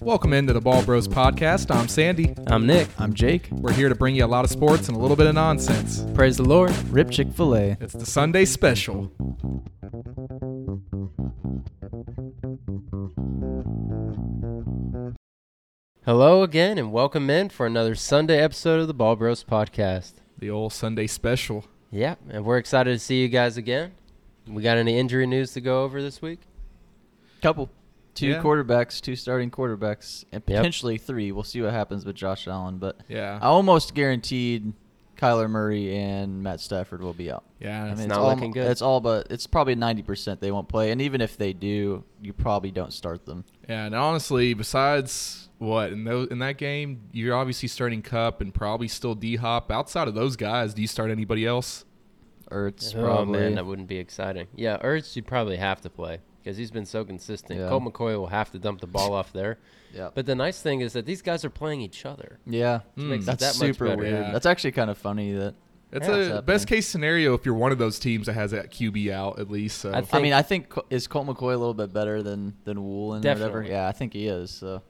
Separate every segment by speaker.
Speaker 1: Welcome into the Ball Bros podcast. I'm Sandy.
Speaker 2: I'm Nick.
Speaker 3: I'm Jake.
Speaker 1: We're here to bring you a lot of sports and a little bit of nonsense.
Speaker 2: Praise the Lord.
Speaker 3: Rip Chick fil A.
Speaker 1: It's the Sunday special.
Speaker 2: Hello again, and welcome in for another Sunday episode of the Ball Bros podcast.
Speaker 1: The old Sunday special.
Speaker 2: Yep, and we're excited to see you guys again. We got any injury news to go over this week?
Speaker 3: Couple. Two
Speaker 1: Yeah.
Speaker 3: quarterbacks, two starting quarterbacks, and potentially three. We'll see what happens with Josh Allen, but
Speaker 1: Yeah.
Speaker 3: I almost guaranteed Kyler Murray and Matt Stafford will be out.
Speaker 1: Yeah.
Speaker 3: I
Speaker 1: it's-
Speaker 3: mean,
Speaker 2: not
Speaker 3: all,
Speaker 2: looking good.
Speaker 3: It's all but it's probably ninety percent they won't play, and even if they do, you probably don't start them.
Speaker 1: yeah. And honestly, besides what in those in that game, you're obviously starting Cup and probably still D Hop. Outside of those guys, do you start anybody else?
Speaker 3: Ertz
Speaker 2: Oh
Speaker 3: probably.
Speaker 2: man, that wouldn't be exciting. Yeah, Ertz, you probably have to play because he's been so consistent.
Speaker 3: Yeah.
Speaker 2: Colt McCoy will have to dump the ball off there.
Speaker 3: yeah,
Speaker 2: But the nice thing is that these guys are playing each other.
Speaker 3: yeah,
Speaker 1: Mm.
Speaker 2: makes it
Speaker 3: Hmm, that's
Speaker 2: that much
Speaker 3: super
Speaker 2: better.
Speaker 3: weird.
Speaker 1: Yeah.
Speaker 3: That's actually kind of funny that.
Speaker 1: It's
Speaker 2: Yeah,
Speaker 1: a
Speaker 3: it's happening.
Speaker 1: best case scenario if you're one of those teams that has that QB out at least. So
Speaker 2: I
Speaker 3: I
Speaker 2: think-
Speaker 3: mean, I think Co- is Colt McCoy a little bit better than than Wool and whatever.
Speaker 2: Definitely.
Speaker 3: Yeah, I think he is. So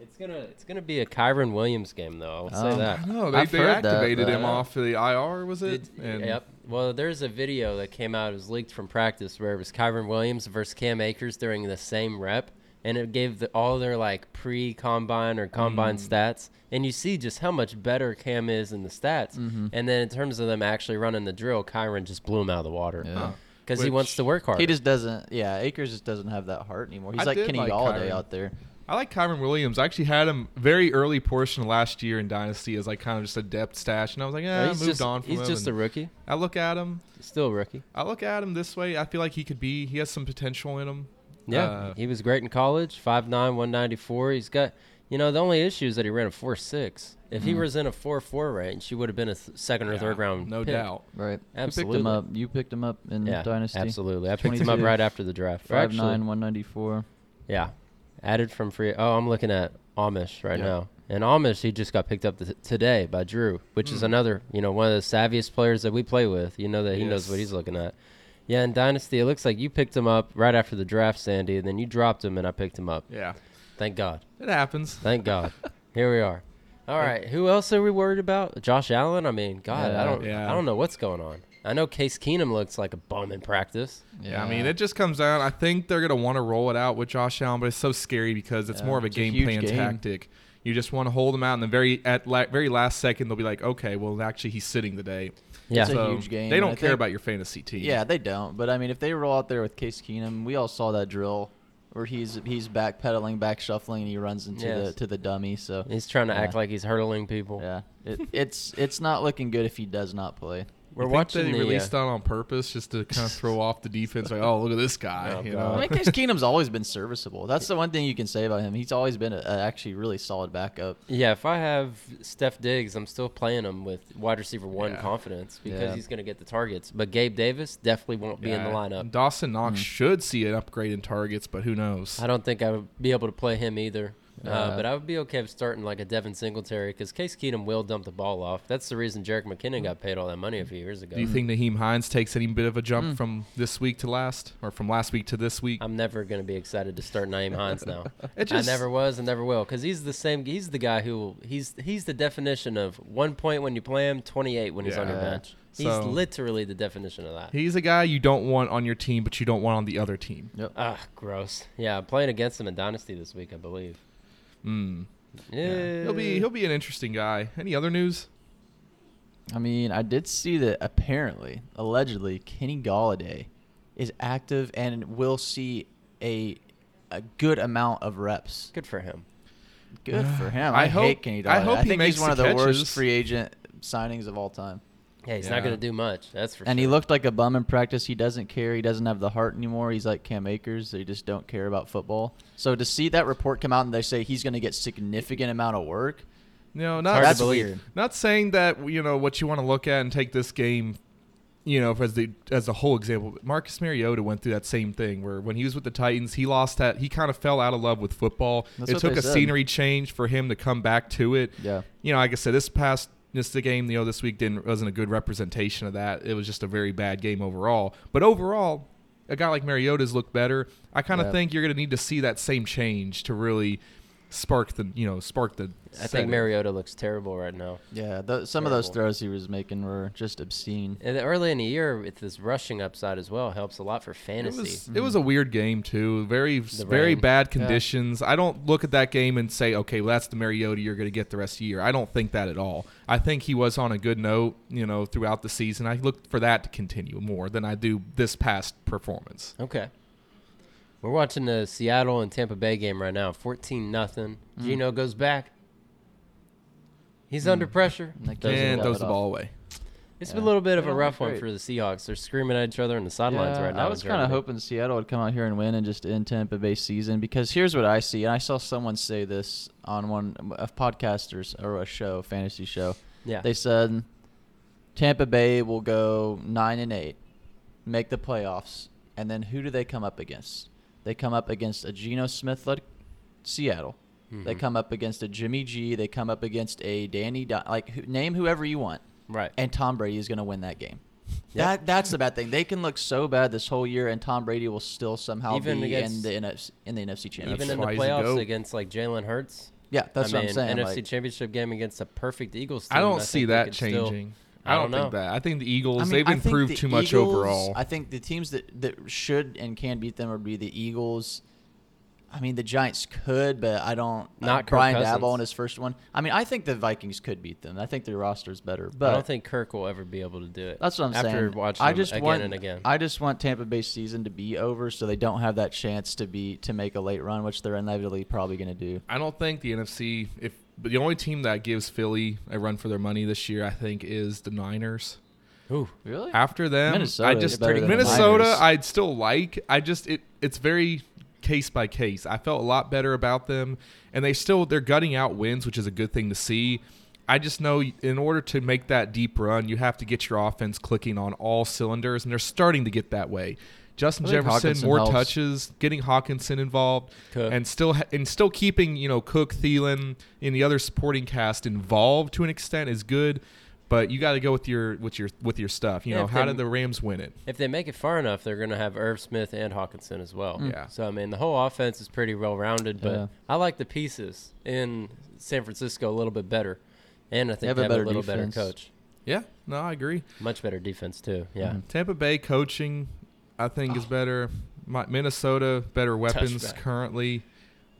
Speaker 2: It's gonna it's gonna be a Kyron Williams game though. I'll say
Speaker 3: Um,
Speaker 2: that.
Speaker 1: I know they,
Speaker 3: I've
Speaker 1: they
Speaker 3: heard that,
Speaker 1: activated
Speaker 3: but-
Speaker 1: him off the IR. Was it?
Speaker 2: It- yep. Well, there's a video that came out. It was leaked from practice where it was Kyron Williams versus Cam Akers during the same rep, and it gave the, all their like pre-combine or combine
Speaker 1: Mm.
Speaker 2: stats, and you see just how much better Cam is in the stats.
Speaker 1: Mm-hmm.
Speaker 2: And then in terms of them actually running the drill, Kyron just blew him out of the water
Speaker 3: Yeah.
Speaker 2: because he
Speaker 1: Which-
Speaker 2: wants to work hard.
Speaker 3: he just doesn't. Yeah, Akers just doesn't have that heart anymore. He's
Speaker 1: I
Speaker 3: like
Speaker 1: did
Speaker 3: Kenny
Speaker 1: like
Speaker 3: Galladay
Speaker 1: Kyron.
Speaker 3: out there.
Speaker 1: I like Kyron Williams. I actually had him very early portion of last year in Dynasty as like kind of just a depth stash, and I was like, yeah, I
Speaker 2: he's
Speaker 1: moved
Speaker 2: just,
Speaker 1: on from
Speaker 2: he's
Speaker 1: him.
Speaker 2: just a
Speaker 1: and
Speaker 2: rookie,
Speaker 1: I look at him.
Speaker 2: still a rookie.
Speaker 1: I look at him this way. I feel like he could be. He has some potential in him.
Speaker 2: Yeah,
Speaker 1: Uh,
Speaker 2: he was great in college. 5'9", 194. He's got, you know, the only issue is that he ran a four six. If he was in a four four range, he would have been a th- second or
Speaker 1: Mm-hmm. yeah,
Speaker 2: third round.
Speaker 1: no
Speaker 2: pick.
Speaker 1: doubt.
Speaker 3: Right.
Speaker 2: Absolutely.
Speaker 3: You picked him up. You picked him up in
Speaker 2: Yeah,
Speaker 3: Mm, Dynasty.
Speaker 2: absolutely. I picked him up
Speaker 3: 22.
Speaker 2: right after the draft. Or
Speaker 3: Five
Speaker 2: Actually,
Speaker 3: nine, one ninety four.
Speaker 2: yeah, added from free. Oh, I'm looking at Amish right
Speaker 1: Yeah.
Speaker 2: now. And Amish, he just got picked up th- today by Drew, which is
Speaker 1: Mm.
Speaker 2: another, you know, one of the savviest players that we play with. You know that he knows what
Speaker 1: Yes.
Speaker 2: he's looking at. Yeah, in Dynasty, it looks like you picked him up right after the draft, Sandy, and then you dropped him, and I picked him up.
Speaker 1: Yeah,
Speaker 2: Thank God.
Speaker 1: it happens.
Speaker 2: Thank God. Here we are. All right. Who else are we worried about? Josh Allen. I mean, God, I
Speaker 3: Yeah.
Speaker 2: don't.
Speaker 1: Yeah.
Speaker 2: I don't know what's going on. I know Case Keenum looks like a bum in practice.
Speaker 1: Yeah. I mean, it just comes down. I think they're gonna want to roll it out with Josh Allen, but it's so scary because it's
Speaker 3: Yeah,
Speaker 1: more of a
Speaker 3: it's a
Speaker 1: game
Speaker 3: huge
Speaker 1: plan
Speaker 3: game.
Speaker 1: tactic. You just want to hold him out, and the very at la- very last second, they'll be like, "Okay, well, actually, he's sitting today."
Speaker 2: Yeah.
Speaker 3: It's a huge game,
Speaker 1: They
Speaker 3: and
Speaker 1: don't
Speaker 3: I
Speaker 1: care
Speaker 3: think-
Speaker 1: about your fantasy team.
Speaker 3: Yeah, they don't. But I mean, if they roll out there with Case Keenum, we all saw that drill where he's he's backpedaling, back shuffling, and he runs into the
Speaker 2: Yes.
Speaker 3: to the dummy. So
Speaker 2: He's trying to
Speaker 3: Yeah.
Speaker 2: act like he's hurdling people.
Speaker 3: yeah, it, it's it's not looking good if he does not play.
Speaker 2: We're
Speaker 1: You think
Speaker 2: watching
Speaker 1: They
Speaker 2: the.
Speaker 1: released
Speaker 2: uh,
Speaker 1: that on purpose just to kind of throw off the defense. Like, oh, look at this guy.
Speaker 2: Oh,
Speaker 1: you
Speaker 2: God.
Speaker 1: know?
Speaker 3: I mean, Case Keenum's always been serviceable. That's the one thing you can say about him. He's always been a, a actually really solid backup.
Speaker 2: yeah, if I have Steph Diggs, I'm still playing him with wide receiver one
Speaker 1: Yeah.
Speaker 2: confidence because
Speaker 3: Yeah.
Speaker 2: he's going to get the targets. But Gabe Davis definitely won't be in the
Speaker 1: Yeah.
Speaker 2: lineup.
Speaker 1: Dawson Knox should see an upgrade in targets, but who knows?
Speaker 2: I don't think I would be able to play him either. Uh,
Speaker 3: Yeah.
Speaker 2: but I would be okay with starting like a Devin Singletary because Case Keenum will dump the ball off. That's the reason Jarek McKinnon got paid all that money a few years ago.
Speaker 1: Do you think Naheem Hines takes any bit of a jump from this week to last, or from last week to this week?
Speaker 2: I'm never going to be excited to start Naeem Hines now.
Speaker 1: It just-
Speaker 2: I never was and never will because he's the same. He's the guy who will- he's he's the definition of one point when you play him, 28 when he's on your
Speaker 3: Yeah.
Speaker 2: bench. he's
Speaker 1: So-
Speaker 2: literally the definition of that.
Speaker 1: He's a guy you don't want on your team, but you don't want on the other team.
Speaker 3: Yep.
Speaker 2: Ah, gross. Yeah, I'm playing against him in Dynasty this week, I believe.
Speaker 1: Mm.
Speaker 2: Yeah.
Speaker 1: He'll be he'll be an interesting guy. Any other news?
Speaker 3: I mean, I did see that apparently, allegedly, Kenny Galladay is active and will see a a good amount of reps.
Speaker 2: good for him.
Speaker 3: Good for him.
Speaker 1: I
Speaker 3: I,
Speaker 1: hope-
Speaker 3: hate Kenny Galladay.
Speaker 1: I
Speaker 3: I
Speaker 1: hope he
Speaker 3: think
Speaker 1: makes
Speaker 3: he's one of
Speaker 1: the
Speaker 3: the
Speaker 1: catches.
Speaker 3: worst free agent signings of all time.
Speaker 2: Yeah, he's
Speaker 1: Yeah.
Speaker 2: not going to do much. That's for
Speaker 3: And
Speaker 2: sure.
Speaker 3: he looked like a bum in practice. He doesn't care. He doesn't have the heart anymore. He's like Cam Akers. They just don't care about football. So to see that report come out and they say he's going to get significant amount of work,
Speaker 1: No,
Speaker 2: hard
Speaker 1: not
Speaker 2: to
Speaker 3: that's
Speaker 2: believe.
Speaker 3: weird.
Speaker 1: Not saying that you know what you want to look at and take this game, you know, as the as the whole example. But Marcus Mariota went through that same thing where when he was with the Titans, he lost that. He kind of fell out of love with football.
Speaker 3: That's
Speaker 1: it
Speaker 3: what
Speaker 1: took
Speaker 3: they
Speaker 1: a
Speaker 3: said.
Speaker 1: scenery change for him to come back to it.
Speaker 3: Yeah.
Speaker 1: You know, like I said, this past this the game you know this week didn't wasn't a good representation of that. It was just a very bad game overall. But overall. A guy like Mariota's looked better. I kind of
Speaker 3: Yeah.
Speaker 1: think you're going to need to see that same change to really spark the you know spark the.
Speaker 2: I think
Speaker 1: setting.
Speaker 2: Mariota looks terrible right now.
Speaker 3: Yeah, tho- some of those
Speaker 2: Terrible.
Speaker 3: throws he was making were just obscene.
Speaker 2: And early in the year, with this rushing upside as well, helps a lot for
Speaker 1: It
Speaker 2: fantasy.
Speaker 1: was, it was a weird game too. Very very
Speaker 2: rain.
Speaker 1: bad conditions. I don't look at that game and say, okay, well that's the Mariota you're going to get the rest of the year. I don't think that at all. I think he was on a good note, you know, throughout the season. I look for that to continue more than I do this past performance.
Speaker 2: Okay. We're watching the Seattle and Tampa Bay game right now. 14 nothing.
Speaker 3: Mm.
Speaker 2: Gino goes back. He's under pressure.
Speaker 3: And they
Speaker 2: Throws
Speaker 3: can't
Speaker 2: it
Speaker 1: and
Speaker 2: up.
Speaker 3: love
Speaker 1: throws
Speaker 3: it
Speaker 1: the
Speaker 3: off.
Speaker 1: ball away.
Speaker 2: It's
Speaker 3: uh, Yeah.
Speaker 2: been a little bit of
Speaker 3: They
Speaker 2: a
Speaker 3: don't
Speaker 2: rough
Speaker 3: look
Speaker 2: one for
Speaker 3: great.
Speaker 2: the Seahawks. They're screaming at each other on the sidelines
Speaker 3: Yeah,
Speaker 2: right now.
Speaker 3: I was
Speaker 2: in
Speaker 3: kind of
Speaker 2: Germany.
Speaker 3: hoping Seattle would come out here and win and just end Tampa Bay season because here's what I see, and I saw someone say this on one of podcasters or a show, fantasy show.
Speaker 2: Yeah.
Speaker 3: They said Tampa Bay will go nine and eight, make the playoffs, and then who do they come up against? They come up against a Geno Smith led Seattle. They
Speaker 2: Mhm.
Speaker 3: come up against a Jimmy G. They come up against a Danny. Di- like who, name whoever you want
Speaker 2: Right.
Speaker 3: and Tom Brady is going to win that game.
Speaker 2: Yep.
Speaker 3: That that's the bad thing. They can look so bad this whole year, and Tom Brady will still somehow
Speaker 2: Even
Speaker 3: be in
Speaker 2: against-
Speaker 3: the NFC, in the NFC Championship.
Speaker 2: Even
Speaker 1: That's
Speaker 2: in the
Speaker 1: why he's a
Speaker 2: playoffs
Speaker 1: goat.
Speaker 2: against like Jalen Hurts.
Speaker 3: yeah, that's
Speaker 2: I
Speaker 3: what
Speaker 2: mean,
Speaker 3: I'm saying.
Speaker 2: NFC
Speaker 3: like-
Speaker 2: Championship game against a perfect Eagles team.
Speaker 1: I don't
Speaker 2: think
Speaker 1: see
Speaker 2: they
Speaker 1: that
Speaker 2: could still-
Speaker 1: changing.
Speaker 2: I
Speaker 1: I
Speaker 2: don't
Speaker 1: don't, think
Speaker 2: know.
Speaker 1: that. I think the
Speaker 3: I
Speaker 1: Eagles
Speaker 3: mean,
Speaker 1: they've
Speaker 3: I think
Speaker 1: improved
Speaker 3: the
Speaker 1: too much
Speaker 3: Eagles-
Speaker 1: overall.
Speaker 3: I think the teams that that should and can beat them would be the Eagles. I mean, the Giants could, but I don't. uh,
Speaker 2: Not Kirk
Speaker 3: Brian
Speaker 2: Cousins.
Speaker 3: Dabble in his first one. I mean, I think the Vikings could beat them. I think their roster's better, but
Speaker 2: I don't think Kirk will ever be able to do it.
Speaker 3: That's what I'm
Speaker 2: after
Speaker 3: saying.
Speaker 2: watching
Speaker 3: I
Speaker 2: them
Speaker 3: just
Speaker 2: again
Speaker 3: want,
Speaker 2: and again.
Speaker 3: I just want Tampa Bay season to be over, so they don't have that chance to be to make a late run, which they're inevitably probably going to do.
Speaker 1: I don't think the NFC. If but the only team that gives Philly a run for their money this year, I think, is the Niners.
Speaker 2: Ooh.
Speaker 3: Really?
Speaker 1: After them,
Speaker 3: Minnesota
Speaker 1: I
Speaker 3: is
Speaker 1: just
Speaker 3: better
Speaker 1: pretty
Speaker 3: than the
Speaker 1: Minnesota.
Speaker 3: Niners.
Speaker 1: I'd still like. I just it. It's very case by case. I felt a lot better about them, and they still they're gutting out wins, which is a good thing to see. I just know in order to make that deep run, you have to get your offense clicking on all cylinders, and they're starting to get that way. Justin
Speaker 3: I think
Speaker 1: Jefferson
Speaker 3: Hawkinson
Speaker 1: more
Speaker 3: helps.
Speaker 1: touches, getting Hawkinson involved,
Speaker 2: Cook.
Speaker 1: and still ha- and still keeping you know Cook, Thielen, and the other supporting cast involved to an extent is good. But you got to go with your with your with your stuff. You
Speaker 2: Yeah,
Speaker 1: know
Speaker 2: if
Speaker 1: how
Speaker 2: they-
Speaker 1: did the Rams win it?
Speaker 2: If they make it far enough, they're going to have Irv Smith and Hawkinson as well.
Speaker 1: Mm. Yeah.
Speaker 2: So I mean, the whole offense is pretty well rounded, but
Speaker 3: Yeah.
Speaker 2: I like the pieces in San Francisco a little bit better, and I think they
Speaker 3: have
Speaker 2: have
Speaker 3: a
Speaker 2: a,
Speaker 3: better
Speaker 2: little
Speaker 3: defense.
Speaker 2: better coach,
Speaker 1: Yeah, no, I agree.
Speaker 2: much better defense too. Yeah.
Speaker 3: Mhm.
Speaker 1: Tampa Bay coaching, I think, is better. My, Minnesota better weapons
Speaker 2: Touchback.
Speaker 1: currently,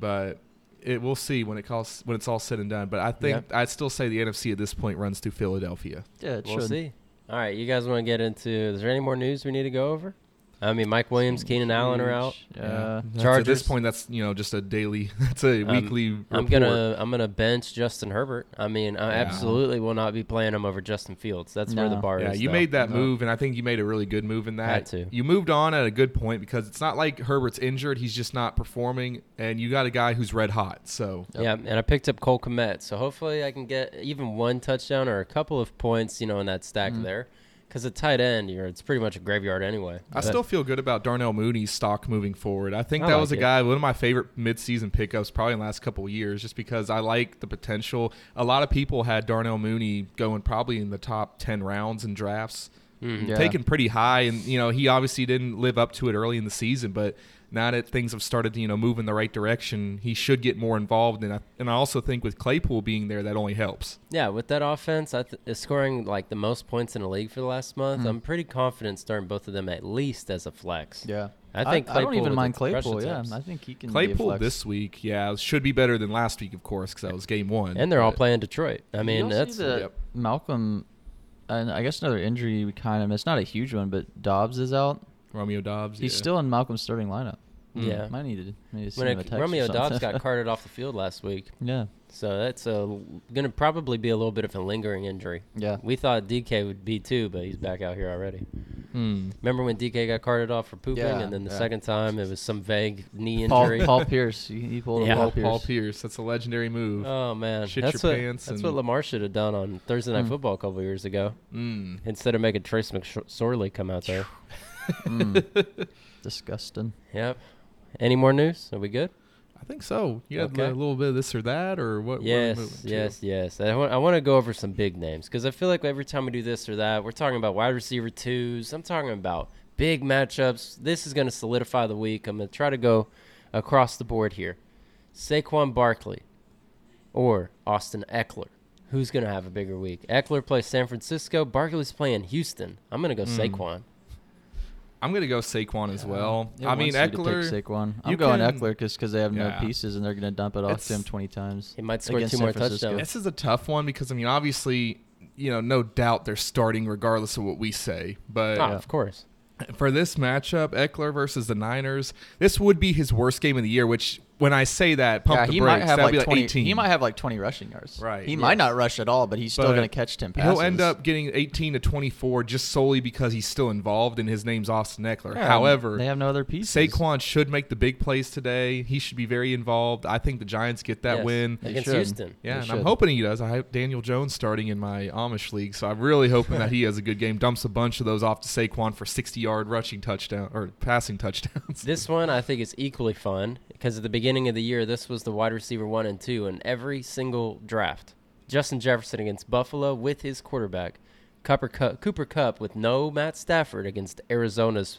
Speaker 1: but it we'll see when it calls when it's all said and done. But I think I'd still say the NFC at this point runs through Philadelphia.
Speaker 3: Yeah, it
Speaker 2: We'll
Speaker 3: should.
Speaker 2: see. All right, you guys want to get into? Is there any more news we need to go over? I mean, Mike Williams, Keenan Allen are out.
Speaker 3: Yeah.
Speaker 1: That's- at
Speaker 2: Chargers.
Speaker 1: this point, that's you know just a daily, that's a
Speaker 2: Um,
Speaker 1: weekly. Report.
Speaker 2: I'm gonna I'm gonna bench Justin Herbert. I mean, I
Speaker 1: Yeah.
Speaker 2: absolutely will not be playing him over Justin Fields. That's where the
Speaker 3: No.
Speaker 2: bar
Speaker 1: Yeah,
Speaker 2: is.
Speaker 1: you
Speaker 2: though.
Speaker 1: made that
Speaker 3: No.
Speaker 1: move, and I think you made a really good move in that.
Speaker 2: Uh-huh. Had to.
Speaker 1: You moved on at a good point because it's not like Herbert's injured; he's just not performing, and you got a guy who's red hot. So
Speaker 3: Yep.
Speaker 2: Yeah, and I picked up Cole Komet, so hopefully I can get even one touchdown or a couple of points, you know, in that stack
Speaker 3: Mm-hmm.
Speaker 2: there. 'Cause there. Because a tight end, you're it's pretty much a graveyard anyway.
Speaker 1: I still feel good about Darnell Mooney's stock moving forward. I think
Speaker 2: I
Speaker 1: that
Speaker 2: like
Speaker 1: was a
Speaker 2: it.
Speaker 1: guy, one of my favorite midseason pickups probably in the last couple of years, just because I like the potential. A lot of people had Darnell Mooney going probably in the top 10 rounds in drafts,
Speaker 2: mm-hmm.
Speaker 3: Yeah.
Speaker 1: taken pretty high. And, you know, he obviously didn't live up to it early in the season, but now that things have started to, you know, move in the right direction, he should get more involved. And I, and I also think with Claypool being there, that only helps.
Speaker 2: Yeah, with that offense, I th- is scoring like the most points in the league for the last month.
Speaker 3: Mm-hmm.
Speaker 2: I'm pretty confident starting both of them at least as a flex.
Speaker 3: Yeah.
Speaker 2: I think
Speaker 3: I, don't
Speaker 2: Claypool
Speaker 3: even
Speaker 2: with
Speaker 3: mind
Speaker 2: the rush
Speaker 3: Claypool. Yeah,
Speaker 2: attempts.
Speaker 3: I think he can. be a
Speaker 1: Claypool
Speaker 3: flex.
Speaker 1: this week, yeah, should be better than last week, of course, because that was game one.
Speaker 2: and they're all
Speaker 1: But-
Speaker 2: playing Detroit. I
Speaker 3: You
Speaker 2: mean,
Speaker 3: also
Speaker 2: that's
Speaker 3: see the
Speaker 1: Yep.
Speaker 3: Malcolm. And I guess another injury we kind of missed. Not a huge one, but Dobbs is out.
Speaker 1: Romeo Dobbs.
Speaker 3: He's
Speaker 1: yeah.
Speaker 3: still in Malcolm's starting lineup.
Speaker 1: Mm.
Speaker 2: yeah.
Speaker 3: Might need to, maybe send
Speaker 2: When
Speaker 3: him a
Speaker 2: it,
Speaker 3: text or
Speaker 2: Romeo Dobbs
Speaker 3: something.
Speaker 2: got carted off the field last week,
Speaker 3: yeah.
Speaker 2: so that's a going to probably be a little bit of a lingering injury. Uh,
Speaker 3: Yeah.
Speaker 2: We thought DK would be too, but he's back out here already.
Speaker 1: Hmm.
Speaker 2: Remember when DK got carted off for pooping,
Speaker 3: Yeah,
Speaker 2: and then the
Speaker 3: yeah.
Speaker 2: second time it was some vague knee
Speaker 3: Paul,
Speaker 2: injury.
Speaker 3: Paul Pierce. He, he pulled a
Speaker 2: Yeah.
Speaker 3: Paul
Speaker 1: Paul,
Speaker 3: Pierce.
Speaker 1: Paul Pierce. That's a legendary move.
Speaker 2: Oh man,
Speaker 1: Shit
Speaker 2: that's
Speaker 1: your
Speaker 2: what
Speaker 1: pants
Speaker 2: that's
Speaker 1: and-
Speaker 2: what Lamar should have done on Thursday Night
Speaker 3: Mm.
Speaker 2: Football a couple years ago.
Speaker 1: Mm.
Speaker 2: Instead of making Trace McSorley come out there.
Speaker 3: Mm. Disgusting.
Speaker 2: yep. Any more news? Are we good?
Speaker 1: I think so. You had
Speaker 2: Okay.
Speaker 1: a little bit of this or that, or what? were we
Speaker 2: Yes,
Speaker 1: moving to?
Speaker 2: yes, yes. I want, I want to go over some big names because I feel like every time we do this or that, we're talking about wide receiver twos. I'm talking about big matchups. This is going to solidify the week. I'm going to try to go across the board here. Saquon Barkley or Austin Eckler? Who's going to have a bigger week? Eckler plays San Francisco. Barkley's playing Houston. I'm going
Speaker 1: Hmm.
Speaker 2: to go Saquon.
Speaker 1: I'm gonna go Saquon as well.
Speaker 3: It
Speaker 1: I mean
Speaker 3: wants you to pick
Speaker 1: Eckler.
Speaker 3: Saquon. I'm
Speaker 1: you
Speaker 3: going
Speaker 1: can-
Speaker 3: Eckler because they have
Speaker 1: Yeah.
Speaker 3: no pieces and they're going to dump it off to
Speaker 1: It's-
Speaker 3: him 20 times.
Speaker 2: He might score
Speaker 3: against
Speaker 2: two
Speaker 3: San
Speaker 2: more
Speaker 3: Francisco.
Speaker 2: touchdowns.
Speaker 1: This is a tough one because I mean obviously you know no doubt they're starting regardless of what we say, but
Speaker 2: Ah, Of course.
Speaker 1: for this matchup, Eckler versus the Niners, this would be his worst game of the year. Which, when I say that, pump
Speaker 3: Yeah,
Speaker 1: the
Speaker 3: he
Speaker 1: brakes.
Speaker 3: might have
Speaker 1: that'd
Speaker 3: like
Speaker 1: be like
Speaker 3: 20.
Speaker 1: 18.
Speaker 3: He might have like 20 rushing yards.
Speaker 1: Right,
Speaker 3: He might
Speaker 1: yes.
Speaker 3: not rush at all, but he's still
Speaker 1: But
Speaker 3: going to catch 10 passes.
Speaker 1: He'll end up getting 18 to 24 just solely because he's still involved and his name's Austin Eckler.
Speaker 3: Yeah,
Speaker 1: However,
Speaker 3: they have no other pieces.
Speaker 1: Saquon should make the big plays today. He should be very involved. I think the Giants get that
Speaker 2: Yes,
Speaker 1: win.
Speaker 3: They
Speaker 2: against
Speaker 3: should.
Speaker 2: Houston.
Speaker 1: Yeah,
Speaker 3: They
Speaker 1: and
Speaker 3: should.
Speaker 1: I'm hoping he does. I have Daniel Jones starting in my Amish league, so I'm really hoping that he has a good game. Dumps a bunch of those off to Saquon for 60-yard rushing touchdown or passing touchdowns.
Speaker 2: This one I think is equally fun because at the beginning of the year, this was the wide receiver one and two in every single draft. Justin Jefferson against Buffalo with his quarterback, Cooper Cup, Cooper Cup with no Matt Stafford against Arizona's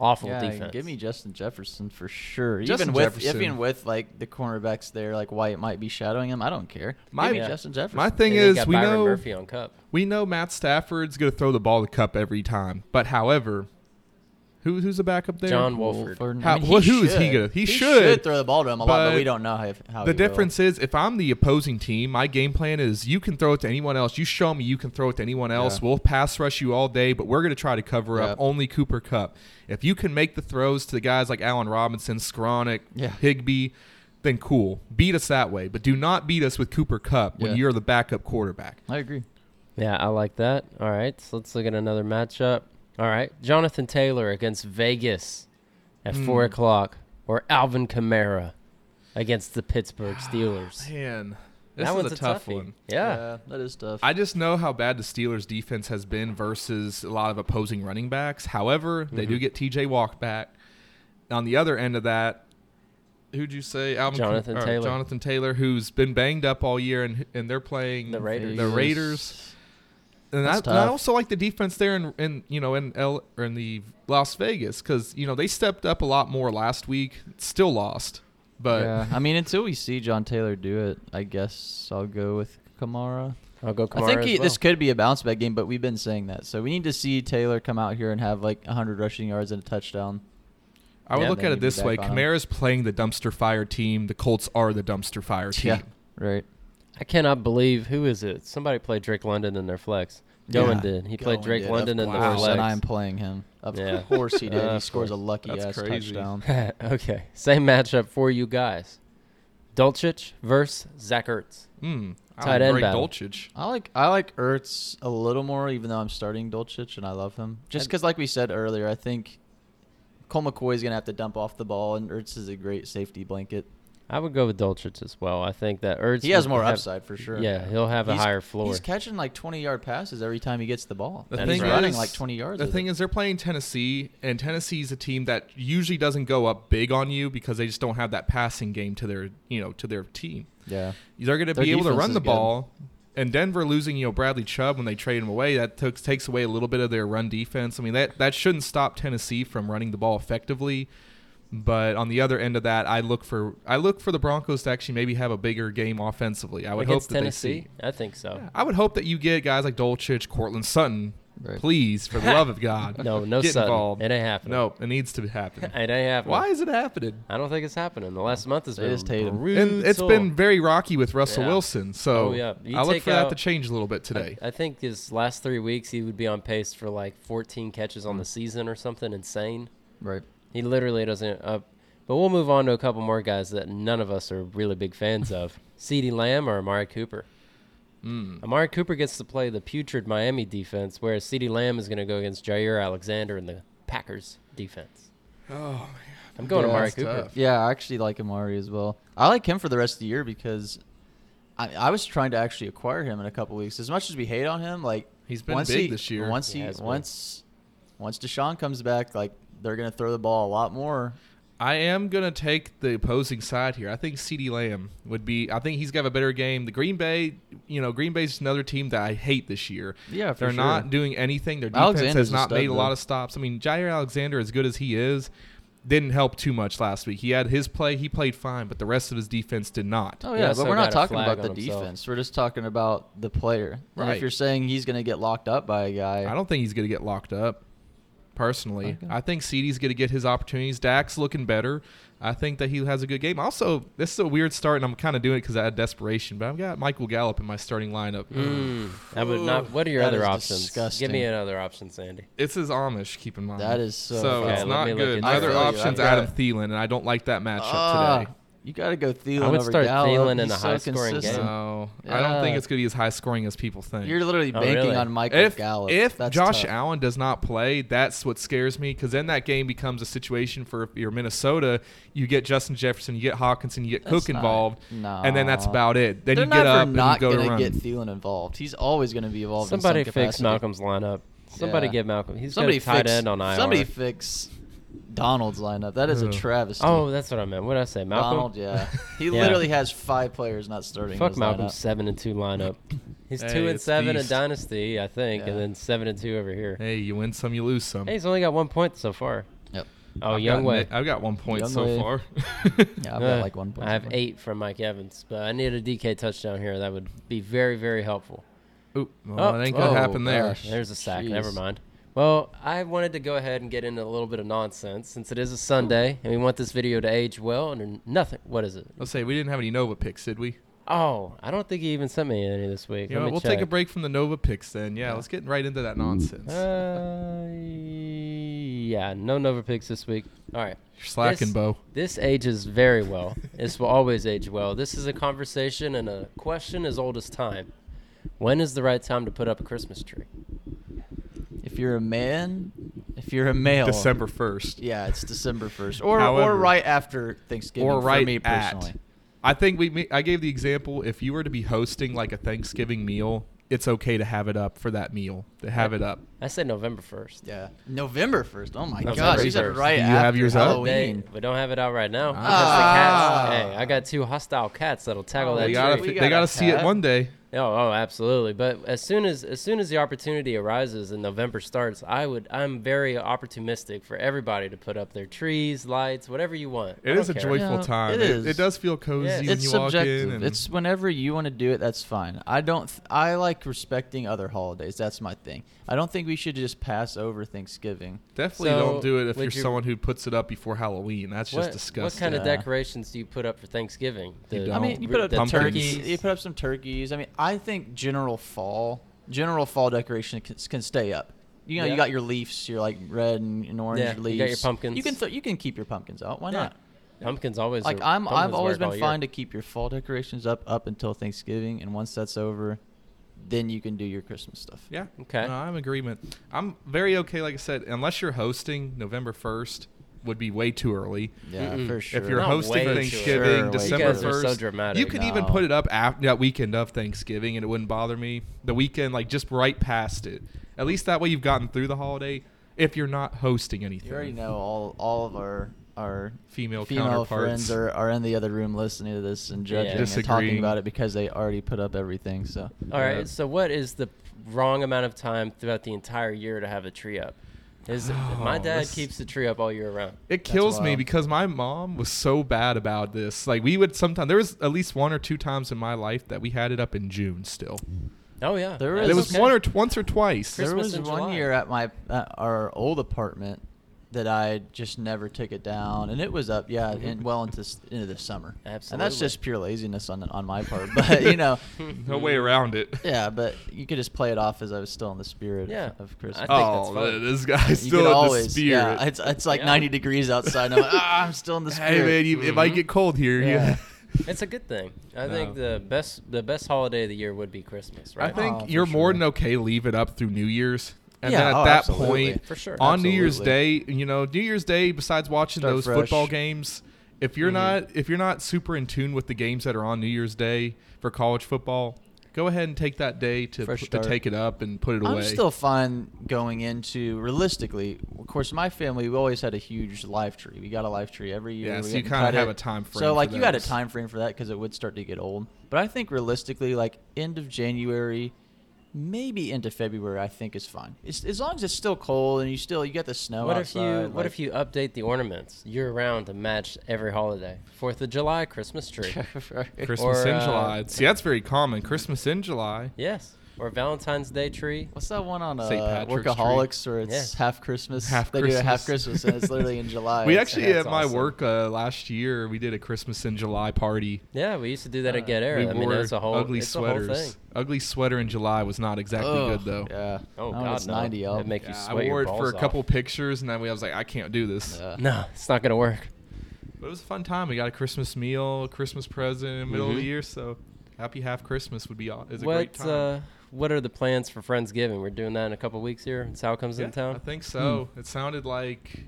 Speaker 2: awful
Speaker 3: yeah,
Speaker 2: defense.
Speaker 3: Give me Justin Jefferson for sure.
Speaker 1: Justin
Speaker 3: even with
Speaker 1: Jefferson.
Speaker 3: even with like the cornerbacks there, like White might be shadowing him. I don't care.
Speaker 1: My-
Speaker 3: give me
Speaker 2: Yeah.
Speaker 3: Justin Jefferson.
Speaker 1: My thing
Speaker 2: And they
Speaker 1: is,
Speaker 2: got
Speaker 1: we
Speaker 2: Byron
Speaker 1: know
Speaker 2: Murphy on Cup.
Speaker 1: we know Matt Stafford's going to throw the ball to Cup every time. But however, who, who's the backup there?
Speaker 2: John Wolford.
Speaker 1: How-
Speaker 3: he
Speaker 1: well, who is he gonna- he should,
Speaker 3: throw the ball to him a lot, but
Speaker 1: but
Speaker 3: we don't know how. how
Speaker 1: the
Speaker 3: he will.
Speaker 1: difference is, if I'm the opposing team, my game plan is you can throw it to anyone else. You show me you can throw it to anyone else.
Speaker 3: Yeah.
Speaker 1: We'll pass rush you all day, but we're going to try to cover
Speaker 3: Yep.
Speaker 1: up only Cooper Cup. If you can make the throws to the guys like Allen Robinson, Skronik,
Speaker 3: Yeah.
Speaker 1: Higby, then cool. Beat us that way, but do not beat us with Cooper Cup when
Speaker 3: Yeah.
Speaker 1: you're the backup quarterback.
Speaker 3: I agree.
Speaker 2: Yeah, I like that. All right, so let's look at another matchup. All right, Jonathan Taylor against Vegas at four
Speaker 1: Hmm.
Speaker 2: o'clock, or Alvin Kamara against the Pittsburgh Steelers.
Speaker 1: Man, this
Speaker 2: That
Speaker 1: is
Speaker 2: one's
Speaker 1: a tough
Speaker 2: toughie.
Speaker 1: one.
Speaker 2: Yeah.
Speaker 3: that is tough.
Speaker 1: I just know how bad the Steelers' defense has been versus a lot of opposing running backs. However, they do get TJ Walk back. On the other end of that, who'd you say? Alvin
Speaker 2: Jonathan
Speaker 1: or
Speaker 2: Taylor.
Speaker 1: Jonathan Taylor, who's been banged up all year, and and they're playing
Speaker 2: The Raiders.
Speaker 1: The Raiders. And, I,
Speaker 3: That's
Speaker 1: and I
Speaker 3: tough.
Speaker 1: also like the defense there, in, in you know, in L or in the Las Vegas, because you know they stepped up a lot more last week. Still lost, but
Speaker 3: yeah, I mean, until we see John Taylor do it, I guess I'll go with Kamara.
Speaker 2: I'll go Kamara
Speaker 3: I think
Speaker 2: as
Speaker 3: he,
Speaker 2: well.
Speaker 3: this could be a bounce back game, but we've been saying that, so we need to see Taylor come out here and have like 100 rushing yards and a touchdown.
Speaker 1: I would
Speaker 2: Yeah,
Speaker 1: look
Speaker 3: then
Speaker 1: at
Speaker 3: you'd
Speaker 1: it
Speaker 3: be
Speaker 1: this
Speaker 3: back
Speaker 1: way:
Speaker 3: on 'em.
Speaker 1: Kamara's playing the dumpster fire team. The Colts are the dumpster fire team.
Speaker 3: Right.
Speaker 2: I cannot believe who is it? Somebody played Drake London in their flex. Goen
Speaker 3: Yeah.
Speaker 2: did. He played
Speaker 3: Goen
Speaker 2: Drake
Speaker 3: did,
Speaker 2: London in
Speaker 3: Of
Speaker 2: their
Speaker 1: Wow.
Speaker 3: course, and I'm
Speaker 2: flex.
Speaker 3: playing him. Of
Speaker 2: Yeah.
Speaker 3: course he did.
Speaker 2: Uh,
Speaker 3: he scores a
Speaker 2: of
Speaker 3: lucky
Speaker 1: That's
Speaker 3: ass
Speaker 1: crazy.
Speaker 3: touchdown.
Speaker 2: okay, same matchup for you guys. Dolchich versus Zach Ertz.
Speaker 1: Mm, I
Speaker 2: Tight
Speaker 1: would
Speaker 2: end
Speaker 1: grade
Speaker 2: battle.
Speaker 1: Dulcich.
Speaker 3: I like I like Ertz a little more, even though I'm starting Dolchich and I love him. Just
Speaker 2: I'd-
Speaker 3: because, like we said earlier, I think Cole McCoy is gonna have to dump off the ball, and Ertz is a great safety blanket.
Speaker 2: I would go with Dolchich as well. I think that Ertz.
Speaker 3: He has
Speaker 2: would
Speaker 3: more
Speaker 2: have-
Speaker 3: upside for sure.
Speaker 2: Yeah, he'll have a
Speaker 3: He's-
Speaker 2: higher floor.
Speaker 3: He's catching like 20 yard passes every time he gets the ball.
Speaker 1: The
Speaker 3: and
Speaker 1: thing
Speaker 3: he's running
Speaker 1: is-
Speaker 3: like 20 yards.
Speaker 1: The thing
Speaker 3: is,
Speaker 1: is, they're playing Tennessee, and Tennessee's a team that usually doesn't go up big on you because they just don't have that passing game to their, you know, to their team.
Speaker 3: yeah,
Speaker 1: They're going to
Speaker 3: Their
Speaker 1: be able to
Speaker 3: defense
Speaker 1: run
Speaker 3: is
Speaker 1: the
Speaker 3: good.
Speaker 1: ball, and Denver losing, you know, Bradley Chubb when they trade him away, that took, takes away a little bit of their run defense. I mean, that that shouldn't stop Tennessee from running the ball effectively. But on the other end of that, I look for I look for the Broncos to actually maybe have a bigger game offensively. I would
Speaker 2: Against
Speaker 1: hope that they see.
Speaker 2: Tennessee, I think so.
Speaker 1: I would hope that you get guys like Dolchich, Cortland Sutton.
Speaker 3: Right.
Speaker 1: Please, for the love of God.
Speaker 2: No, no
Speaker 1: Get
Speaker 2: Sutton.
Speaker 1: involved.
Speaker 2: It ain't happening.
Speaker 1: No, it needs to happen.
Speaker 2: it ain't happening.
Speaker 1: Why is it happening?
Speaker 2: I don't think it's happening. The last month has
Speaker 3: It
Speaker 2: been
Speaker 3: is Tatum.
Speaker 2: brutal.
Speaker 1: And it's been very rocky with Russell
Speaker 2: Yeah.
Speaker 1: Wilson, so
Speaker 2: Oh, yeah. You
Speaker 1: I look
Speaker 2: take
Speaker 1: for
Speaker 2: out-
Speaker 1: that to change a little bit today.
Speaker 2: I, I think his last three weeks he would be on pace for like 14 catches on the
Speaker 3: Mm.
Speaker 2: season or something insane.
Speaker 3: right.
Speaker 2: He literally doesn't up. But we'll move on to a couple more guys that none of us are really big fans of: Ceedee Lamb or Amari Cooper.
Speaker 1: Mm.
Speaker 2: Amari Cooper gets to play the putrid Miami defense, whereas Ceedee Lamb is going to go against Jair Alexander and the Packers defense.
Speaker 1: Oh,
Speaker 2: I'm going
Speaker 3: Yeah,
Speaker 2: Amari
Speaker 1: that's
Speaker 2: Cooper.
Speaker 1: tough.
Speaker 3: Yeah, I actually like Amari as well. I like him for the rest of the year because I, I was trying to actually acquire him in a couple weeks. As much as we hate on him, like
Speaker 1: He's been
Speaker 3: once
Speaker 1: big
Speaker 3: he-
Speaker 1: this year.
Speaker 3: Once
Speaker 2: He
Speaker 3: he,
Speaker 2: has been.
Speaker 3: once once Deshaun comes back, like they're gonna throw the ball a lot more.
Speaker 1: I am gonna take the opposing side here. I think C.D. Lamb would be. I think he's got a better game. The Green Bay, you know, Green Bay's another team that I hate this year.
Speaker 3: Yeah,
Speaker 1: they're not doing anything. Their defense
Speaker 3: Alexander's
Speaker 1: has
Speaker 3: a
Speaker 1: not
Speaker 3: stud,
Speaker 1: made a
Speaker 3: though.
Speaker 1: lot of stops. I mean, Jair Alexander, as good as he is, didn't help too much last week. He had his play, he played fine, but the rest of his defense did not.
Speaker 3: Oh
Speaker 2: He
Speaker 3: yeah,
Speaker 2: also
Speaker 3: but we're
Speaker 2: got
Speaker 3: not
Speaker 2: a
Speaker 3: talking
Speaker 2: flag
Speaker 3: about the
Speaker 2: on himself.
Speaker 3: defense. We're just talking about the player. And
Speaker 1: Right.
Speaker 3: if you're saying he's going to get locked up by a guy,
Speaker 1: I don't think he's going to get locked up. Personally,
Speaker 3: Okay.
Speaker 1: I think CD's going to get his opportunities. Dak's looking better. I think that he has a good game. Also, this is a weird start, and I'm kind of doing it because I had desperation. But I've got Michael Gallup in my starting lineup.
Speaker 2: Mm, that would not. What are your
Speaker 3: That
Speaker 2: other
Speaker 3: is
Speaker 2: options? Give
Speaker 3: disgusting.
Speaker 2: me another option, Sandy.
Speaker 1: It's his Amish. Keep in mind
Speaker 3: That is so
Speaker 1: So
Speaker 3: Okay,
Speaker 1: it's
Speaker 2: let
Speaker 1: not
Speaker 2: me look
Speaker 1: good.
Speaker 2: into
Speaker 1: My
Speaker 2: that.
Speaker 1: other
Speaker 2: I feel you.
Speaker 1: option's
Speaker 3: I've got
Speaker 1: Adam
Speaker 3: it.
Speaker 1: Thielen, and I don't like that matchup
Speaker 3: Ah,
Speaker 1: today.
Speaker 3: You got to go Thielen
Speaker 2: would
Speaker 3: over
Speaker 2: start
Speaker 3: Gallup.
Speaker 2: Thielen in
Speaker 3: He's
Speaker 2: a
Speaker 3: so
Speaker 2: high-scoring game.
Speaker 3: consistent.
Speaker 1: No, I don't think
Speaker 3: Yeah.
Speaker 1: it's going to be as high scoring as people think.
Speaker 3: You're literally
Speaker 2: Oh,
Speaker 3: banking
Speaker 2: really?
Speaker 3: on Michael
Speaker 1: Uh, if
Speaker 3: Gallup.
Speaker 1: if
Speaker 3: That's
Speaker 1: Josh
Speaker 3: tough.
Speaker 1: Allen does not play, that's what scares me because then that game becomes a situation for if you're Minnesota, you get Justin Jefferson, you get Hawkinson, you get
Speaker 3: That's
Speaker 1: Cook
Speaker 3: not-
Speaker 1: involved,
Speaker 3: no.
Speaker 1: and then that's about it. Then
Speaker 3: They're
Speaker 1: you get
Speaker 3: never
Speaker 1: up
Speaker 3: not
Speaker 1: and you go to
Speaker 3: gonna
Speaker 1: run.
Speaker 3: get Thielen involved. He's always going to be involved. in some
Speaker 2: Somebody fix
Speaker 3: capacity.
Speaker 2: Malcolm's lineup. Somebody
Speaker 3: Yeah.
Speaker 2: get Malcolm. He's
Speaker 3: somebody
Speaker 2: got a tight
Speaker 3: fix,
Speaker 2: end on IR.
Speaker 3: Somebody fix Donald's lineup. That is a
Speaker 1: Ugh.
Speaker 3: travesty.
Speaker 2: oh, that's what I meant. What did I say? Malcolm.
Speaker 3: Donald, yeah. He
Speaker 2: Yeah.
Speaker 3: literally has five players not starting. in
Speaker 2: Fuck
Speaker 3: his
Speaker 2: Malcolm's
Speaker 3: lineup.
Speaker 2: seven and two lineup. He's
Speaker 1: Hey,
Speaker 2: two and
Speaker 1: it's
Speaker 2: seven in
Speaker 1: beast.
Speaker 2: Dynasty, I think,
Speaker 3: Yeah.
Speaker 2: and then seven and two over here.
Speaker 1: Hey,
Speaker 2: Hey,
Speaker 1: you win some, you lose some.
Speaker 2: he's only got one point so far.
Speaker 3: Yep.
Speaker 2: Oh,
Speaker 1: I've
Speaker 2: Young
Speaker 1: got-
Speaker 2: Way.
Speaker 1: I've got one point
Speaker 3: Young
Speaker 1: so
Speaker 3: Way.
Speaker 1: far.
Speaker 3: Yeah, I've got
Speaker 2: Uh,
Speaker 3: like one point.
Speaker 2: I have
Speaker 3: something.
Speaker 2: eight from Mike Evans, but I need a DK touchdown here. That would be very, very helpful.
Speaker 1: Oop, well,
Speaker 2: Oh,
Speaker 1: it ain't gonna
Speaker 3: oh,
Speaker 1: happen there.
Speaker 3: gosh.
Speaker 2: There's a sack. Never
Speaker 3: Jeez.
Speaker 2: mind. Well, I wanted to go ahead and get into a little bit of nonsense since it is a Sunday and we want this video to age well and nothing. What is it?
Speaker 1: Let's say we didn't have any Nova picks, did we?
Speaker 2: Oh, I don't think he even sent me any this week.
Speaker 1: You know,
Speaker 2: Let
Speaker 1: what,
Speaker 2: me
Speaker 1: we'll take a
Speaker 2: check.
Speaker 1: break from the Nova picks then. Yeah, let's get right into that nonsense.
Speaker 2: Uh, yeah, no Nova picks this week. All right.
Speaker 1: You're slacking,
Speaker 2: this-
Speaker 1: Bo.
Speaker 2: This ages very well. this will always age well. This is a conversation and a question as old as time. When is the right time to put up a Christmas tree?
Speaker 3: If you're a man, if you're a male,
Speaker 1: December first.
Speaker 3: Yeah, it's December first, or
Speaker 1: However-
Speaker 3: or right after Thanksgiving.
Speaker 1: or right
Speaker 3: for me personally.
Speaker 1: at. I think we. ma- I gave the example. If you were to be hosting like a Thanksgiving meal, it's okay to have it up for that meal. To have it up.
Speaker 2: I said November 1st.
Speaker 3: Yeah, November first. Oh my
Speaker 2: November
Speaker 3: gosh, you said
Speaker 2: 1st.
Speaker 3: right
Speaker 1: Do you
Speaker 3: after
Speaker 1: have yours up?
Speaker 3: Halloween.
Speaker 2: They- we don't have it out right now.
Speaker 3: Ah.
Speaker 2: because the cats- hey, I got two hostile cats that'll tackle
Speaker 3: Oh,
Speaker 2: that
Speaker 1: They
Speaker 3: we
Speaker 1: gotta.
Speaker 2: tree.
Speaker 1: fi-
Speaker 3: got
Speaker 1: they
Speaker 3: a
Speaker 1: gotta see it
Speaker 3: cat.
Speaker 1: one day.
Speaker 2: Oh, oh, absolutely. But as soon as as soon as the opportunity arises and November starts, I would I'm very opportunistic for everybody to put up their trees, lights, whatever you want. I
Speaker 1: It is
Speaker 2: don't
Speaker 1: a
Speaker 2: care.
Speaker 1: joyful
Speaker 3: Yeah,
Speaker 1: time.
Speaker 3: it is.
Speaker 1: It, does feel cozy
Speaker 2: Yeah,
Speaker 1: when
Speaker 3: It's
Speaker 1: you walk
Speaker 3: subjective.
Speaker 1: in. And
Speaker 3: It's whenever you want to do it. That's fine. I don't. Th- I like respecting other holidays. That's my thing. I don't think we should just pass over Thanksgiving.
Speaker 1: definitely
Speaker 2: So,
Speaker 1: don't do it if
Speaker 2: would
Speaker 1: you're
Speaker 2: you-
Speaker 1: someone who puts it up before Halloween. That's
Speaker 2: What,
Speaker 1: just
Speaker 2: what
Speaker 1: disgusting.
Speaker 2: kind of
Speaker 3: Yeah.
Speaker 2: decorations do you put up for Thanksgiving?
Speaker 1: You
Speaker 2: The-
Speaker 1: don't.
Speaker 3: I mean, you put up
Speaker 2: the
Speaker 1: Pumpkins.
Speaker 3: turkeys.
Speaker 2: turkeys.
Speaker 3: You put up some turkeys. I mean, I think general fall, general fall decoration can, can stay up. You know,
Speaker 2: Yeah.
Speaker 3: you got your leaves, your like red and, and orange
Speaker 2: Yeah, you got
Speaker 3: leaves.
Speaker 2: your pumpkins.
Speaker 3: You can th- you can keep your pumpkins out. Why
Speaker 2: Yeah.
Speaker 3: not?
Speaker 2: Pumpkins always
Speaker 3: Like
Speaker 2: are-
Speaker 3: I'm, I've
Speaker 2: pumpkins
Speaker 3: always
Speaker 2: work all
Speaker 3: been
Speaker 2: year.
Speaker 3: fine to keep your fall decorations up up until Thanksgiving, and once that's over, then you can do your Christmas stuff.
Speaker 1: Yeah.
Speaker 2: Okay.
Speaker 1: No, I'm in agreement. I'm very okay. Like I said, unless you're hosting, November first would be way too early.
Speaker 3: Yeah,
Speaker 2: Mm-mm.
Speaker 3: for
Speaker 2: If
Speaker 3: sure.
Speaker 1: If you're
Speaker 2: No, way
Speaker 1: hosting
Speaker 2: too early.
Speaker 1: Thanksgiving,
Speaker 3: Sure, way
Speaker 1: December
Speaker 3: too
Speaker 2: early. You guys are so
Speaker 1: 1st,
Speaker 2: dramatic.
Speaker 1: you could even
Speaker 3: No.
Speaker 1: put it up after that weekend of Thanksgiving and it wouldn't bother me. The weekend, like just right past it. At least that way you've gotten through the holiday if you're not hosting anything.
Speaker 3: You already know all all of our our
Speaker 1: Female
Speaker 3: female
Speaker 1: counterparts.
Speaker 3: friends are, are in the other room listening to this and
Speaker 2: Yeah. Oh,
Speaker 3: judging and
Speaker 1: Disagreeing.
Speaker 3: talking about it because they already put up everything. So
Speaker 2: All right.
Speaker 1: Yeah.
Speaker 2: So what is the wrong amount of time throughout the entire year to have a tree up? Is my
Speaker 1: Oh,
Speaker 2: dad
Speaker 1: this-
Speaker 2: keeps the tree up all year round.
Speaker 1: It kills me
Speaker 3: wild.
Speaker 1: because my mom was so bad about this. Like we would sometimes there was at least one or two times in my life that we had it up in June still.
Speaker 2: Oh yeah.
Speaker 3: There
Speaker 2: that
Speaker 1: It
Speaker 3: is-
Speaker 1: was
Speaker 2: okay.
Speaker 1: one or t- once or twice.
Speaker 2: Christmas
Speaker 3: there was
Speaker 2: in
Speaker 3: one
Speaker 2: July.
Speaker 3: year at my at our old apartment that I just never took it down, and it was up, yeah, and well into s- into the summer. and
Speaker 2: Absolutely.
Speaker 3: that's just pure laziness on on my part. But you know,
Speaker 1: No way around it.
Speaker 3: yeah, but you could just play it off as I was still in the spirit
Speaker 2: Yeah.
Speaker 3: of, of Christmas.
Speaker 2: I think that's
Speaker 1: oh,
Speaker 2: fun.
Speaker 1: this guy's
Speaker 3: you
Speaker 1: still
Speaker 3: could
Speaker 1: in
Speaker 3: always,
Speaker 1: the spirit.
Speaker 3: yeah, it's it's like
Speaker 2: Yeah.
Speaker 3: 90 degrees outside. And I'm like, ah, I'm still in the spirit. Mm-hmm.
Speaker 1: Hey man, you, it might get cold here.
Speaker 3: Yeah.
Speaker 1: You-
Speaker 2: It's a good thing. I think
Speaker 1: No.
Speaker 2: the best the best holiday of the year would be Christmas,
Speaker 1: I
Speaker 2: right?
Speaker 1: think
Speaker 3: Oh, for
Speaker 1: you're more
Speaker 3: sure.
Speaker 1: than okay to leave it up through New Year's. And
Speaker 3: Yeah,
Speaker 1: then at
Speaker 3: oh,
Speaker 1: that
Speaker 3: absolutely.
Speaker 1: point,
Speaker 2: For sure.
Speaker 1: on New Year's Day,
Speaker 3: Absolutely.
Speaker 1: you know, New Year's Day. Besides watching
Speaker 3: Start
Speaker 1: those
Speaker 3: fresh. Mm-hmm.
Speaker 1: football games, if you're not if you're not super in tune with the games that are on New Year's Day for college football, go ahead and take that day to,
Speaker 3: Fresh
Speaker 1: put- to
Speaker 3: start.
Speaker 1: take it up and put it away.
Speaker 3: I'm still fine going into realistically. Of course, my family we always had a huge live tree. We got a live tree every year.
Speaker 1: Yeah,
Speaker 3: We
Speaker 1: so
Speaker 3: got
Speaker 1: you kinda
Speaker 3: cut
Speaker 1: have
Speaker 3: it.
Speaker 1: a time frame for
Speaker 3: So like you had a
Speaker 1: those.
Speaker 3: time frame for that because it would start to get old. But I think realistically, like end of January, maybe into February, I think is fine. It's, as long as it's still cold and you still you get the snow.
Speaker 2: What if
Speaker 3: Oh, outside,
Speaker 2: you What
Speaker 3: like-
Speaker 2: if you update the ornaments year round to match every holiday? Fourth of July, Christmas tree.
Speaker 3: Right.
Speaker 1: Christmas
Speaker 2: Or,
Speaker 1: in
Speaker 2: uh,
Speaker 1: July. See, that's very common. Christmas in July.
Speaker 2: yes, or Valentine's Day tree.
Speaker 3: What's that one on uh,
Speaker 1: St. Patrick's
Speaker 3: Workaholics where it's
Speaker 2: Yeah.
Speaker 3: half Christmas?
Speaker 1: Half
Speaker 3: they do it half
Speaker 1: Christmas.
Speaker 3: Christmas and it's literally in July.
Speaker 1: we
Speaker 3: It's-
Speaker 1: actually
Speaker 2: that's
Speaker 1: at my
Speaker 2: awesome.
Speaker 1: work uh, last year we did a Christmas in July party.
Speaker 2: Yeah, we used to do that
Speaker 3: Uh,
Speaker 2: at Get Air.
Speaker 1: we
Speaker 2: I mean,
Speaker 1: wore
Speaker 2: it's a whole
Speaker 1: ugly
Speaker 2: it's
Speaker 1: sweaters.
Speaker 2: A whole thing.
Speaker 1: Ugly sweater in July was not exactly
Speaker 3: Ugh,
Speaker 1: good though.
Speaker 3: Yeah.
Speaker 2: Oh
Speaker 3: Now
Speaker 2: God,
Speaker 3: it's
Speaker 2: no.
Speaker 3: 90 up.
Speaker 2: That'd make you
Speaker 1: Yeah,
Speaker 2: sweat
Speaker 1: I
Speaker 2: your
Speaker 1: wore it for a
Speaker 2: balls off.
Speaker 1: couple pictures, and then we, I was like, I can't do this.
Speaker 3: Yeah.
Speaker 2: No, it's not gonna work.
Speaker 1: But it was a fun time. We got a Christmas meal, a Christmas present in the middle of the
Speaker 2: Mhm.
Speaker 1: year, so happy half Christmas would be aw- is a
Speaker 2: what
Speaker 1: great time.
Speaker 2: Uh, what are the plans for Friendsgiving? We're doing that in a couple weeks here. and Sal comes
Speaker 1: Yeah,
Speaker 2: in town. Hmm.
Speaker 1: I think so. It sounded like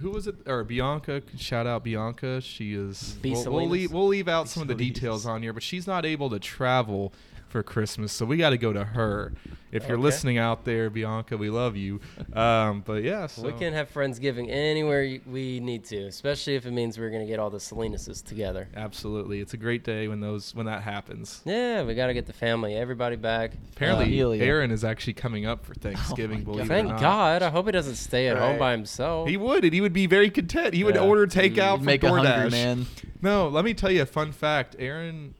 Speaker 1: who was it? Or Bianca? Shout out Bianca. She is.
Speaker 2: B.
Speaker 1: We'll, we'll
Speaker 2: Salinas.
Speaker 1: leave, we'll leave out
Speaker 3: B.
Speaker 1: some of the
Speaker 3: Salinas.
Speaker 1: details on here, but she's not able to travel for Christmas, so we got to go to her. If you're
Speaker 2: Okay.
Speaker 1: listening out there, Bianca, we love you. Um, but yeah, so
Speaker 2: We can have Friendsgiving anywhere y- we need to, especially if it means we're gonna get all the Salinuses together.
Speaker 1: absolutely, it's a great day when those when that happens.
Speaker 2: Yeah, Uh, we gotta get the family, everybody back.
Speaker 1: Apparently,
Speaker 3: Amelia.
Speaker 1: Aaron is actually coming up for Thanksgiving.
Speaker 3: God.
Speaker 1: believe it or
Speaker 2: Thank
Speaker 1: not.
Speaker 2: Oh God. I hope he doesn't stay at
Speaker 3: Right.
Speaker 2: home by himself.
Speaker 1: He would, and he would be very content. He would
Speaker 2: Yeah.
Speaker 1: order takeout from
Speaker 3: Make a
Speaker 1: DoorDash.
Speaker 3: hungry man.
Speaker 1: No, let me tell you a fun fact. Aaron,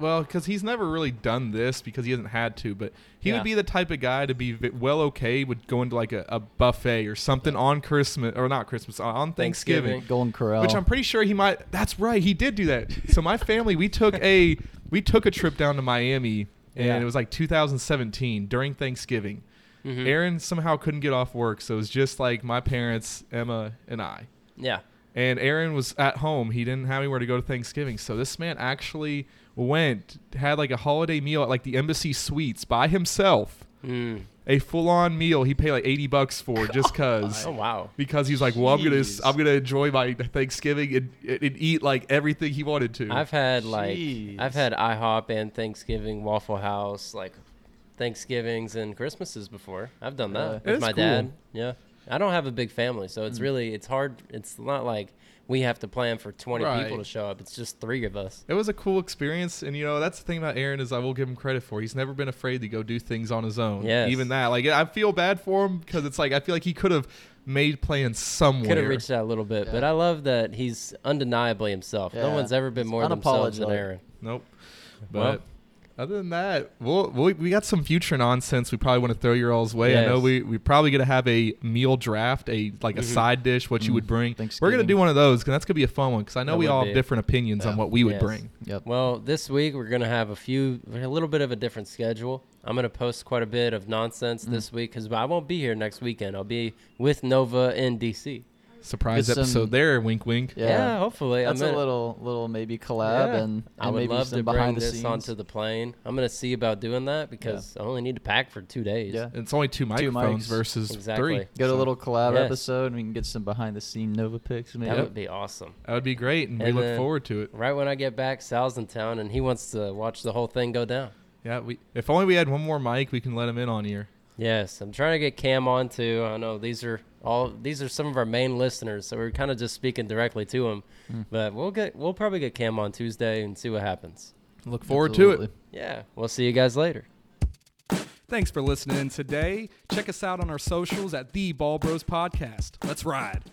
Speaker 1: well, because he's never really done this because he hasn't had to, but he
Speaker 2: Yeah.
Speaker 1: would be the type of guy to be v- well okay with going to like a, a buffet or something on Christmas, or not Christmas, on- on Thanksgiving.
Speaker 2: Thanksgiving.
Speaker 3: Golden Corral.
Speaker 1: Which I'm pretty sure he might. That's right, he did do that. So my family, we took a we took a trip down to Miami, and
Speaker 2: Yeah.
Speaker 1: it was like 2017 during Thanksgiving.
Speaker 2: Mhm.
Speaker 1: Aaron somehow couldn't get off work, so it was just like my parents, Emma, and I.
Speaker 2: Yeah.
Speaker 1: And Aaron was at home. He didn't have anywhere to go to Thanksgiving. So this man actually went, had like a holiday meal at like the embassy suites by himself.
Speaker 2: Mm.
Speaker 1: A full on meal he paid like 80 bucks for just cuz
Speaker 2: Oh wow.
Speaker 1: because he's like, "Well, I'm going
Speaker 3: Jeez.
Speaker 1: to I'm going to enjoy my Thanksgiving and, and eat like everything he wanted to."
Speaker 2: I've had like
Speaker 3: Jeez.
Speaker 2: I've had IHOP and Thanksgiving Waffle House like Thanksgivings and Christmases before. I've done that
Speaker 3: Really?
Speaker 2: with
Speaker 1: That's
Speaker 2: my
Speaker 1: cool.
Speaker 2: dad. Yeah. I don't have a big family, so
Speaker 3: Mm.
Speaker 2: it's really it's hard it's not like we have to plan for 20
Speaker 1: Right.
Speaker 2: people to show up. It's just 3 of us.
Speaker 1: it was a cool experience, and you know that's the thing about Aaron is I will give him credit for. He's never been afraid to go do things on his own.
Speaker 2: Yes.
Speaker 1: Even that, like I feel bad for him because it's like I feel like he could have made plans somewhere.
Speaker 2: Could have reached out a little bit, but
Speaker 3: Yeah.
Speaker 2: I love that he's undeniably himself. No
Speaker 3: Yeah.
Speaker 2: one's ever been
Speaker 3: He's
Speaker 2: more themselves than
Speaker 3: unapologetic.
Speaker 2: Aaron.
Speaker 1: Nope.
Speaker 2: Well-
Speaker 1: But other than that, we'll, we we got some future nonsense. We probably want to throw your all's way. I know
Speaker 2: Yes.
Speaker 1: we we probably gonna have a meal draft, a like a side dish, what you
Speaker 3: Mm.
Speaker 1: would bring. We're gonna
Speaker 3: Thanksgiving.
Speaker 1: do one of those because that's gonna be a fun one because I know
Speaker 2: That
Speaker 1: we
Speaker 2: would
Speaker 1: all
Speaker 2: be.
Speaker 1: have different opinions on
Speaker 3: Yeah.
Speaker 1: what we would
Speaker 2: Yes.
Speaker 1: bring.
Speaker 3: Yep.
Speaker 2: Well, this week we're gonna have a few, a little bit of a different schedule. I'm gonna post quite a bit of
Speaker 3: Mm.
Speaker 2: nonsense this week because I won't be here next weekend. I'll be with Nova in DC.
Speaker 1: Surprise
Speaker 3: With some-
Speaker 1: episode there, wink wink.
Speaker 2: Yeah, hopefully.
Speaker 3: That's
Speaker 2: I'm gonna,
Speaker 3: a little little maybe collab
Speaker 2: Yeah.
Speaker 3: and,
Speaker 2: I
Speaker 3: and
Speaker 2: would
Speaker 3: maybe
Speaker 2: love
Speaker 3: some
Speaker 2: to bring
Speaker 3: behind the
Speaker 2: this
Speaker 3: scenes.
Speaker 2: onto the plane. I'm gonna see about doing that because I only need to pack for two days.
Speaker 3: Yeah.
Speaker 1: It's only two microphones
Speaker 3: mics.
Speaker 1: versus
Speaker 2: Exactly.
Speaker 1: three.
Speaker 3: Get a
Speaker 1: so
Speaker 3: little collab
Speaker 2: Yes.
Speaker 3: episode and we can get some behind the scene Nova picks. Maybe.
Speaker 2: That would be awesome.
Speaker 1: That would be great, and, we
Speaker 2: And
Speaker 1: look
Speaker 2: then-
Speaker 1: forward to it.
Speaker 2: Right when I get back, Sal's in town and he wants to watch the whole thing go down.
Speaker 1: Yeah, we if only we had one more mic, we can let him in on here.
Speaker 2: Yes, I'm trying to get Cam on too. I know these are all these are some of our main listeners, so we're kind of just speaking directly to them. But we'll get we'll probably get Cam on Tuesday and see what happens.
Speaker 1: Look forward to it.
Speaker 3: Absolutely.
Speaker 2: Yeah, we'll see you guys later.
Speaker 4: Thanks for listening today. Check us out on our socials at The Ball Bros Podcast. Let's ride.